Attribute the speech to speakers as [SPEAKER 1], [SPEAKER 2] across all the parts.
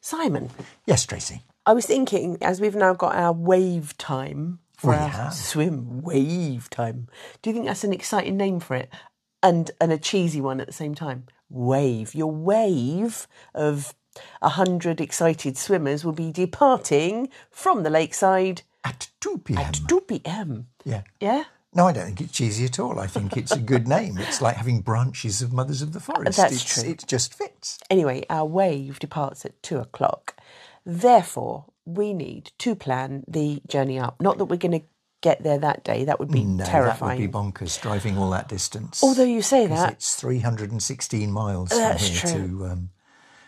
[SPEAKER 1] Simon,
[SPEAKER 2] Yes, Tracy.
[SPEAKER 1] I was thinking, as we've now got our wave time for
[SPEAKER 2] We
[SPEAKER 1] our
[SPEAKER 2] have.
[SPEAKER 1] swim, wave time, do you think that's an exciting name for it and, and a cheesy one at the same time? Wave. Your wave of a 100 excited swimmers will be departing from the lakeside
[SPEAKER 2] At 2 p.m.
[SPEAKER 1] at 2 pm.
[SPEAKER 2] yeah.
[SPEAKER 1] Yeah?
[SPEAKER 2] No, I don't think it's cheesy at all. I think it's a good name. It's like having branches of Mothers of the Forest.
[SPEAKER 1] Uh, That's
[SPEAKER 2] it's,
[SPEAKER 1] true.
[SPEAKER 2] It just fits.
[SPEAKER 1] Anyway, our wave departs at two o'clock. Therefore, we need to plan the journey up. Not that we're going to get there that day, that would be
[SPEAKER 2] No,
[SPEAKER 1] terrifying.
[SPEAKER 2] uh, that would be bonkers driving all that distance.
[SPEAKER 1] Although you say
[SPEAKER 2] 'Cause
[SPEAKER 1] that, Uh,
[SPEAKER 2] it's 316 miles from
[SPEAKER 1] That's
[SPEAKER 2] here
[SPEAKER 1] true.
[SPEAKER 2] to um,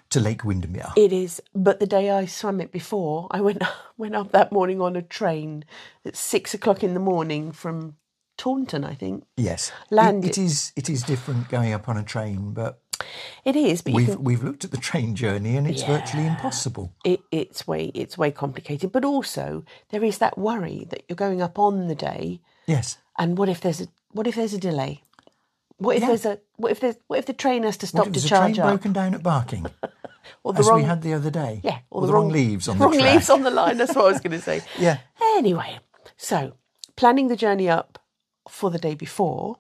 [SPEAKER 2] to Lake Windermere.
[SPEAKER 1] it is. But the day I swam it before, I went went up that morning on a train at six o'clock in the morning from Taunton, I think.
[SPEAKER 2] yes,
[SPEAKER 1] Land
[SPEAKER 2] It, it is. It is different going up on a train, but
[SPEAKER 1] It is, but you
[SPEAKER 2] we've
[SPEAKER 1] can
[SPEAKER 2] we've looked at the train journey and it's virtually impossible.
[SPEAKER 1] it, it's way it's way complicated. But also there is that worry that you're going up on the day
[SPEAKER 2] Yes.
[SPEAKER 1] and what if there's a what if there's a delay? What if
[SPEAKER 2] Yeah.
[SPEAKER 1] there's a what if there's what if the train has to
[SPEAKER 2] What
[SPEAKER 1] stop
[SPEAKER 2] if
[SPEAKER 1] to
[SPEAKER 2] there's a
[SPEAKER 1] charge
[SPEAKER 2] train
[SPEAKER 1] up?
[SPEAKER 2] broken down at Barking,
[SPEAKER 1] or the
[SPEAKER 2] as
[SPEAKER 1] wrong
[SPEAKER 2] we had the other day?
[SPEAKER 1] yeah,
[SPEAKER 2] Or, the, wrong, leaves on
[SPEAKER 1] wrong
[SPEAKER 2] the track.
[SPEAKER 1] leaves on the line. That's what I was going to say.
[SPEAKER 2] Yeah.
[SPEAKER 1] Anyway, so planning the journey up for the day before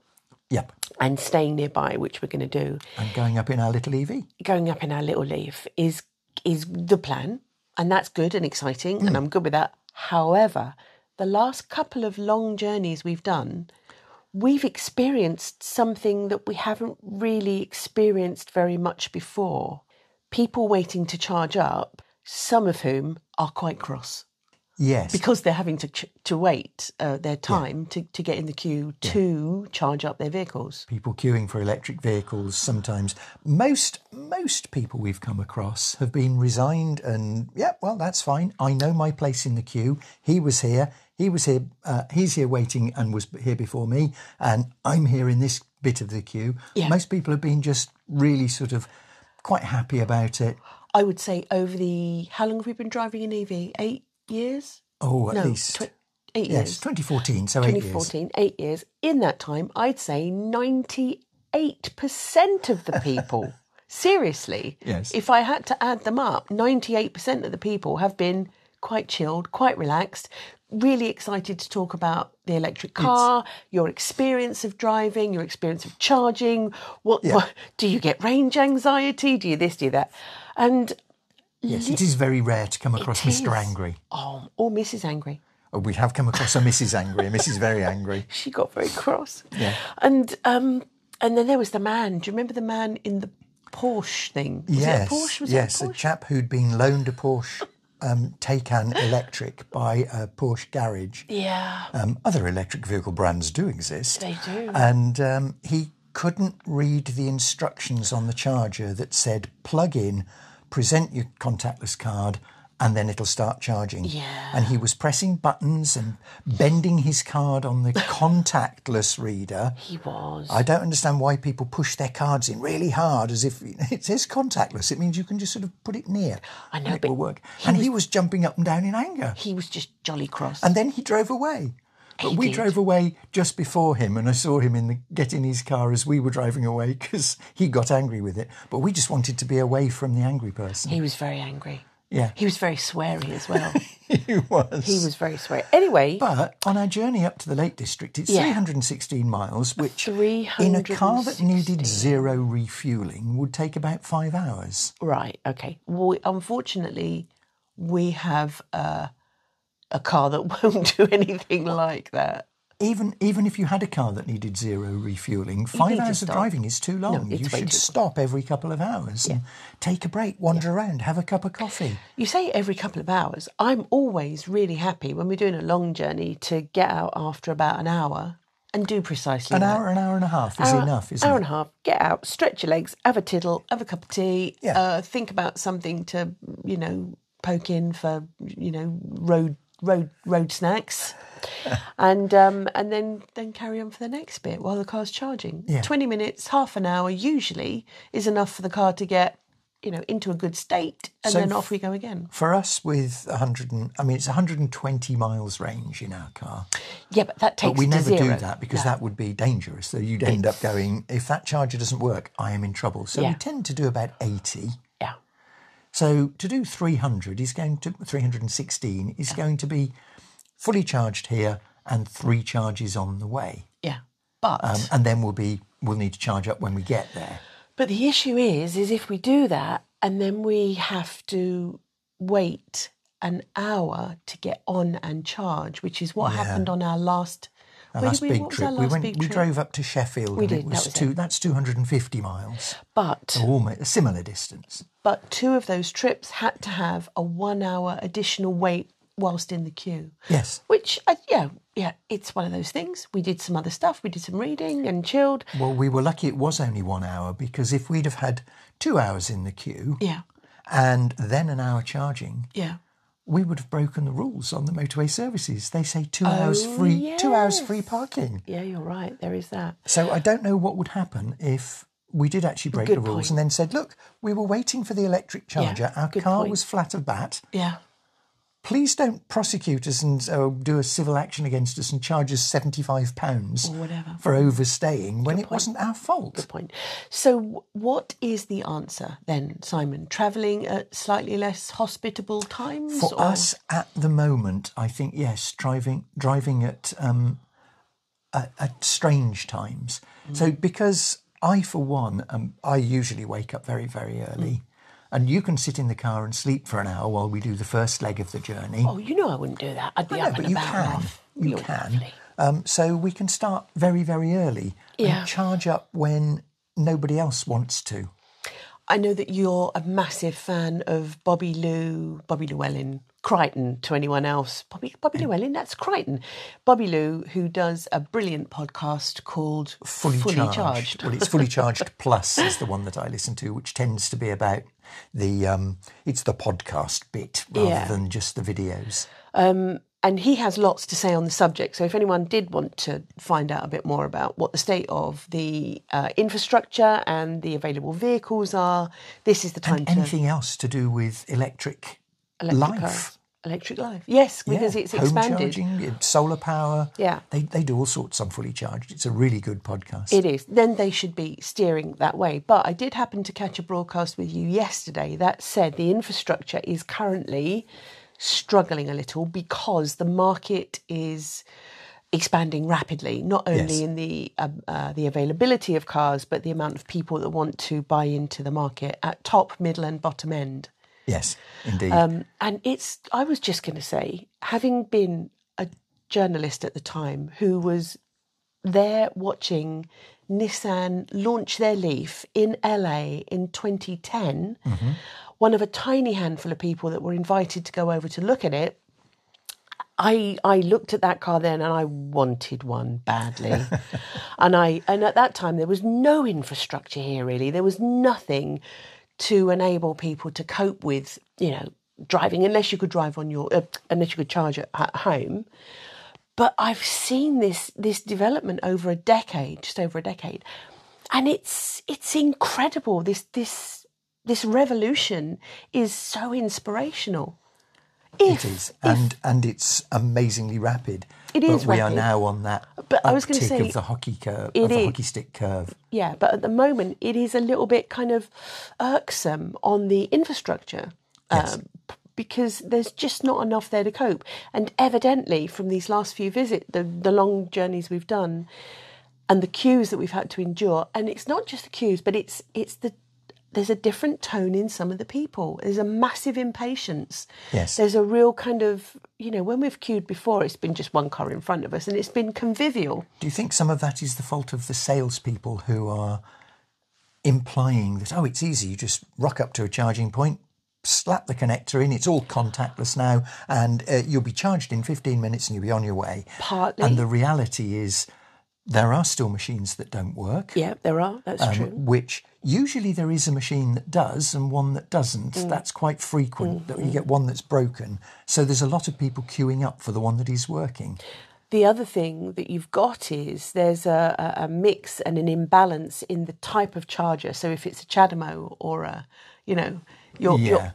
[SPEAKER 2] Yep.
[SPEAKER 1] and staying nearby, which we're going to do,
[SPEAKER 2] And going up in our little E EV.
[SPEAKER 1] going up in our little leaf is is the plan, and that's good and exciting, and I'm good with that. However, the last couple of long journeys we've done, we've experienced something that we haven't really experienced very much before. People waiting to charge up, some of whom are quite cross
[SPEAKER 2] Yes.
[SPEAKER 1] because they're having to ch- to wait uh, their time to, to get in the queue to charge up their vehicles.
[SPEAKER 2] people queuing for electric vehicles sometimes most most people we've come across have been resigned and yeah well that's fine i know my place in the queue he was here he was here uh, he's here waiting and was here before me and i'm here in this bit of the queue
[SPEAKER 1] Yeah.
[SPEAKER 2] most people have been just really sort of quite happy about it
[SPEAKER 1] I would say over the how long have we been driving an EV? Eight years?
[SPEAKER 2] oh at
[SPEAKER 1] No,
[SPEAKER 2] least
[SPEAKER 1] tw- eight
[SPEAKER 2] yes
[SPEAKER 1] years.
[SPEAKER 2] 2014 so eight years
[SPEAKER 1] 2014, eight years. In that time, I'd say 98% of the people, seriously,
[SPEAKER 2] Yes.
[SPEAKER 1] if I had to add them up, 98% of the people have been quite chilled, quite relaxed, really excited to talk about the electric car, your experience of driving, your experience of charging. What, what do you get range anxiety? Do you this, do you that? And
[SPEAKER 2] yes it is very rare to come across mr
[SPEAKER 1] is.
[SPEAKER 2] angry
[SPEAKER 1] oh, or Mrs. Angry.
[SPEAKER 2] Oh, we have come across a mrs angry a mrs very angry
[SPEAKER 1] she got very cross. Yeah. And um, and then there was the man. Do you remember the man in the Porsche thing? Was
[SPEAKER 2] yes,
[SPEAKER 1] it a Porsche? Was
[SPEAKER 2] yes,
[SPEAKER 1] it a
[SPEAKER 2] a
[SPEAKER 1] Porsche?
[SPEAKER 2] chap who'd been loaned a Porsche um, Taycan electric by a Porsche garage.
[SPEAKER 1] yeah.
[SPEAKER 2] Um, other electric vehicle brands do exist.
[SPEAKER 1] They do.
[SPEAKER 2] And um, he couldn't read the instructions on the charger that said plug in, present your contactless card, and then it'll start charging.
[SPEAKER 1] Yeah.
[SPEAKER 2] And he was pressing buttons and bending his card on the contactless reader.
[SPEAKER 1] He was.
[SPEAKER 2] I don't understand why people push their cards in really hard as if it says contactless. It means you can just sort of put it near.
[SPEAKER 1] I know,
[SPEAKER 2] and it
[SPEAKER 1] but
[SPEAKER 2] will work. and he was jumping up and down in anger.
[SPEAKER 1] he was just jolly cross.
[SPEAKER 2] And then he drove away. But we
[SPEAKER 1] did.
[SPEAKER 2] drove away just before him, and I saw him in the get in his car as we were driving away because he got angry with it. But we just wanted to be away from the angry person.
[SPEAKER 1] he was very angry.
[SPEAKER 2] yeah,
[SPEAKER 1] He was very sweary as well.
[SPEAKER 2] he was.
[SPEAKER 1] he was very sweary. Anyway,
[SPEAKER 2] But on our journey up to the Lake District, it's
[SPEAKER 1] Yeah.
[SPEAKER 2] 316 miles, which in a car that needed zero refueling would take about five hours.
[SPEAKER 1] right, okay. Well, unfortunately, we have uh, a car that won't do anything like that.
[SPEAKER 2] Even even if you had a car that needed zero refueling,
[SPEAKER 1] need
[SPEAKER 2] five
[SPEAKER 1] to
[SPEAKER 2] hours of
[SPEAKER 1] stop.
[SPEAKER 2] driving is too long.
[SPEAKER 1] it's
[SPEAKER 2] you
[SPEAKER 1] way
[SPEAKER 2] should
[SPEAKER 1] too long.
[SPEAKER 2] stop every couple of hours and take a break, wander around, have a cup of coffee.
[SPEAKER 1] You say every couple of hours. I'm always really happy when we're doing a long journey to get out after about an hour and do precisely
[SPEAKER 2] An
[SPEAKER 1] that.
[SPEAKER 2] hour, an hour and a half is enough, isn't
[SPEAKER 1] hour
[SPEAKER 2] it?
[SPEAKER 1] and a half. Get out, stretch your legs, have a tiddle, have a cup of tea.
[SPEAKER 2] Yeah.
[SPEAKER 1] Uh, think about something to, you know, poke in for, you know, road road road snacks, and um, and then then carry on for the next bit while the car's charging.
[SPEAKER 2] Yeah.
[SPEAKER 1] Twenty minutes, half an hour usually is enough for the car to get, you know, into a good state, and
[SPEAKER 2] So
[SPEAKER 1] then
[SPEAKER 2] f-
[SPEAKER 1] off we go again.
[SPEAKER 2] For us, with 100, and, I mean, it's 120 miles range in our car.
[SPEAKER 1] Yeah, but that takes
[SPEAKER 2] But we
[SPEAKER 1] to
[SPEAKER 2] never
[SPEAKER 1] zero.
[SPEAKER 2] do that because that would be dangerous. So you'd end up going, if that charger doesn't work, I am in trouble. So we
[SPEAKER 1] Yeah.
[SPEAKER 2] tend to do about 80.
[SPEAKER 1] Yeah.
[SPEAKER 2] So to do 300 is going to 316 is going to be fully charged here and three charges on the way,
[SPEAKER 1] Yeah. But
[SPEAKER 2] um, and then we'll be we'll need to charge up when we get there.
[SPEAKER 1] but the issue is is if we do that and then we have to wait an hour to get on and charge, which is what happened on our last
[SPEAKER 2] Our
[SPEAKER 1] where
[SPEAKER 2] last
[SPEAKER 1] did we-
[SPEAKER 2] big
[SPEAKER 1] what was
[SPEAKER 2] trip,
[SPEAKER 1] our
[SPEAKER 2] we
[SPEAKER 1] last
[SPEAKER 2] went.
[SPEAKER 1] big
[SPEAKER 2] we
[SPEAKER 1] trip?
[SPEAKER 2] drove up to Sheffield.
[SPEAKER 1] We
[SPEAKER 2] and
[SPEAKER 1] did,
[SPEAKER 2] It
[SPEAKER 1] that
[SPEAKER 2] was,
[SPEAKER 1] was it.
[SPEAKER 2] two. That's 250 miles,
[SPEAKER 1] But
[SPEAKER 2] almost a similar distance.
[SPEAKER 1] but two of those trips had to have a one hour additional wait whilst in the queue.
[SPEAKER 2] Yes.
[SPEAKER 1] Which, I, yeah, yeah, it's one of those things. We did some other stuff. We did some reading and chilled.
[SPEAKER 2] Well, we were lucky it was only one hour because if we'd have had two hours in the queue
[SPEAKER 1] Yeah,
[SPEAKER 2] and then an hour charging,
[SPEAKER 1] yeah.
[SPEAKER 2] we would have broken the rules on the motorway services. They say two hours
[SPEAKER 1] Oh,
[SPEAKER 2] free, two hours
[SPEAKER 1] yes.
[SPEAKER 2] free parking.
[SPEAKER 1] Yeah, you're right. There is that.
[SPEAKER 2] So I don't know what would happen if we did actually break
[SPEAKER 1] Good
[SPEAKER 2] the rules
[SPEAKER 1] point.
[SPEAKER 2] and then said, look, we were waiting for the electric charger. Our
[SPEAKER 1] good
[SPEAKER 2] car
[SPEAKER 1] point.
[SPEAKER 2] was flat of bat.
[SPEAKER 1] Yeah.
[SPEAKER 2] Please don't prosecute us and uh, do a civil action against us and charge us £75
[SPEAKER 1] Or whatever.
[SPEAKER 2] for overstaying when it wasn't our fault.
[SPEAKER 1] Good point. So, w- what is the answer then, Simon? Travelling at slightly less hospitable times?
[SPEAKER 2] For us at the moment, I think yes, driving driving at um, at, at strange times.
[SPEAKER 1] Mm.
[SPEAKER 2] So because I, for one, um, I usually wake up very very
[SPEAKER 1] Mm.
[SPEAKER 2] early, and you can sit in the car and sleep for an hour while we do the first leg of the journey.
[SPEAKER 1] Oh, you know I wouldn't do that. I'd be
[SPEAKER 2] No,
[SPEAKER 1] up and
[SPEAKER 2] but you
[SPEAKER 1] about. and
[SPEAKER 2] can.
[SPEAKER 1] off.
[SPEAKER 2] You
[SPEAKER 1] You're
[SPEAKER 2] can.
[SPEAKER 1] lovely.
[SPEAKER 2] Um, so we can start very very early
[SPEAKER 1] Yeah.
[SPEAKER 2] and charge up when nobody else wants to.
[SPEAKER 1] I know that you're a massive fan of Bobby Lou, Bobby Llewellyn, Crichton to anyone else. Bobby, Bobby Llewellyn, that's Crichton. Bobby Lou, who does a brilliant podcast called
[SPEAKER 2] fully, charged. Well, it's fully charged plus is the one that I listen to, which tends to be about the um, it's the podcast bit rather
[SPEAKER 1] Yeah.
[SPEAKER 2] than just the videos.
[SPEAKER 1] And he has lots to say on the subject. So if anyone did want to find out a bit more about what the state of the uh, infrastructure and the available vehicles are, this is the time to
[SPEAKER 2] Anything else to do with electric, life?
[SPEAKER 1] cars. Electric life. Yes, because
[SPEAKER 2] Yeah.
[SPEAKER 1] it's
[SPEAKER 2] Home
[SPEAKER 1] expanded.
[SPEAKER 2] charging, it- solar power.
[SPEAKER 1] Yeah.
[SPEAKER 2] they they do all sorts on fully charged. It's a really good podcast.
[SPEAKER 1] It is. Then they should be steering that way. But I did happen to catch a broadcast with you yesterday that said the infrastructure is currently struggling a little because the market is expanding rapidly, not only
[SPEAKER 2] Yes.
[SPEAKER 1] in the uh, uh, the availability of cars, but the amount of people that want to buy into the market at top, middle, and bottom end.
[SPEAKER 2] yes, indeed.
[SPEAKER 1] Um, and it's, I was just going to say, having been a journalist at the time who was there watching Nissan launch their Leaf in LA in 2010, one of a tiny handful of people that were invited to go over to look at it. I, I looked at that car then and I wanted one badly. and I and at that time there was no infrastructure here really. There was nothing to enable people to cope with, you know, driving unless you could drive on your uh, unless you could charge at, at home. But I've seen this this development over a decade, just over a decade. And it's it's incredible. This this this revolution is so inspirational. If,
[SPEAKER 2] it is, and and it's amazingly rapid.
[SPEAKER 1] It
[SPEAKER 2] but
[SPEAKER 1] is
[SPEAKER 2] we are
[SPEAKER 1] rapid.
[SPEAKER 2] now on that
[SPEAKER 1] But I was gonna
[SPEAKER 2] uptick
[SPEAKER 1] say,
[SPEAKER 2] of the hockey curve,
[SPEAKER 1] it
[SPEAKER 2] of the
[SPEAKER 1] is.
[SPEAKER 2] hockey stick curve.
[SPEAKER 1] Yeah, but at the moment it is a little bit kind of irksome on the infrastructure um,
[SPEAKER 2] Yes.
[SPEAKER 1] p- because there's just not enough there to cope. And evidently, from these last few visits, the, the long journeys we've done, and the queues that we've had to endure, and it's not just the queues, but it's it's the there's a different tone in some of the people. There's a massive impatience.
[SPEAKER 2] Yes.
[SPEAKER 1] There's a real kind of, you know, when we've queued before, it's been just one car in front of us and it's been convivial.
[SPEAKER 2] Do you think some of that is the fault of the salespeople who are implying that, oh, it's easy, you just rock up to a charging point, slap the connector in, it's all contactless now, and uh, you'll be charged in 15 minutes and you'll be on your way?
[SPEAKER 1] Partly.
[SPEAKER 2] And the reality is, there are still machines that don't work,
[SPEAKER 1] yeah, there are. That's true.
[SPEAKER 2] which usually there is a machine that does and one that doesn't.
[SPEAKER 1] Mm.
[SPEAKER 2] That's quite frequent
[SPEAKER 1] Mm-hmm.
[SPEAKER 2] that you get one that's broken. So there's a lot of people queuing up for the one that is working.
[SPEAKER 1] The other thing that you've got is there's a, a, a mix and an imbalance in the type of charger. So if it's a Chademo or a, you know, your,
[SPEAKER 2] Yeah.
[SPEAKER 1] your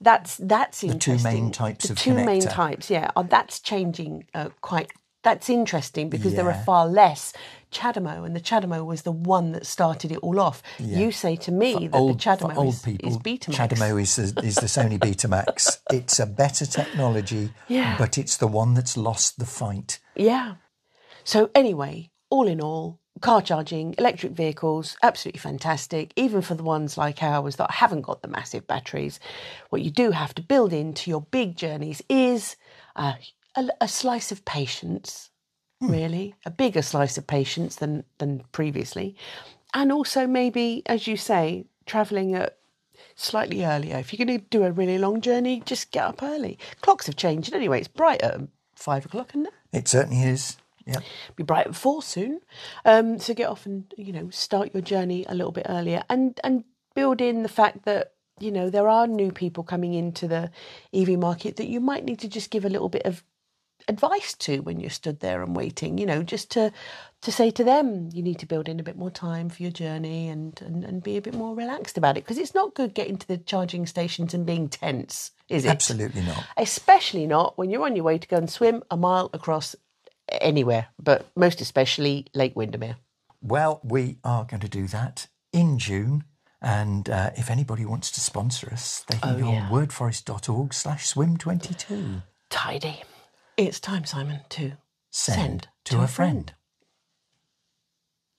[SPEAKER 1] that's that's interesting.
[SPEAKER 2] two main types
[SPEAKER 1] the
[SPEAKER 2] of
[SPEAKER 1] two main
[SPEAKER 2] connector.
[SPEAKER 1] types, yeah, oh, that's changing uh, quite. That's interesting because there
[SPEAKER 2] Yeah.
[SPEAKER 1] are far less Chademo, and the Chademo was the one that started it all off. You say to me that the
[SPEAKER 2] for
[SPEAKER 1] Chademo
[SPEAKER 2] old
[SPEAKER 1] is,
[SPEAKER 2] people,
[SPEAKER 1] is Betamax.
[SPEAKER 2] Chademo is the, is the Sony Betamax. It's a better technology,
[SPEAKER 1] Yeah.
[SPEAKER 2] but it's the one that's lost the fight.
[SPEAKER 1] Yeah. So, anyway, all in all, car charging, electric vehicles, absolutely fantastic, even for the ones like ours that haven't got the massive batteries. What you do have to build into your big journeys is uh, a, a slice of patience, really, a bigger slice of patience than, than previously. And also, maybe, as you say, traveling at slightly earlier. If you're going to do a really long journey, just get up early. Clocks have changed anyway. It's bright at five o'clock, isn't it?
[SPEAKER 2] It certainly is. Yeah.
[SPEAKER 1] be bright at four soon. Um, so get off and you know start your journey a little bit earlier, and and build in the fact that you know there are new people coming into the EV market that you might need to just give a little bit of advice to when you're stood there and waiting. You know, just to to say to them you need to build in a bit more time for your journey and and, and be a bit more relaxed about it because it's not good getting to the charging stations and being tense, is it?
[SPEAKER 2] Absolutely not.
[SPEAKER 1] especially not when you're on your way to go and swim a mile across anywhere, but most especially Lake Windermere.
[SPEAKER 2] Well, we are going to do that in June. And uh, if anybody wants to sponsor us, they
[SPEAKER 1] Oh,
[SPEAKER 2] can go on wordforest.org slash swim22.
[SPEAKER 1] Tidy. It's time, Simon, to
[SPEAKER 2] Send, to, a friend.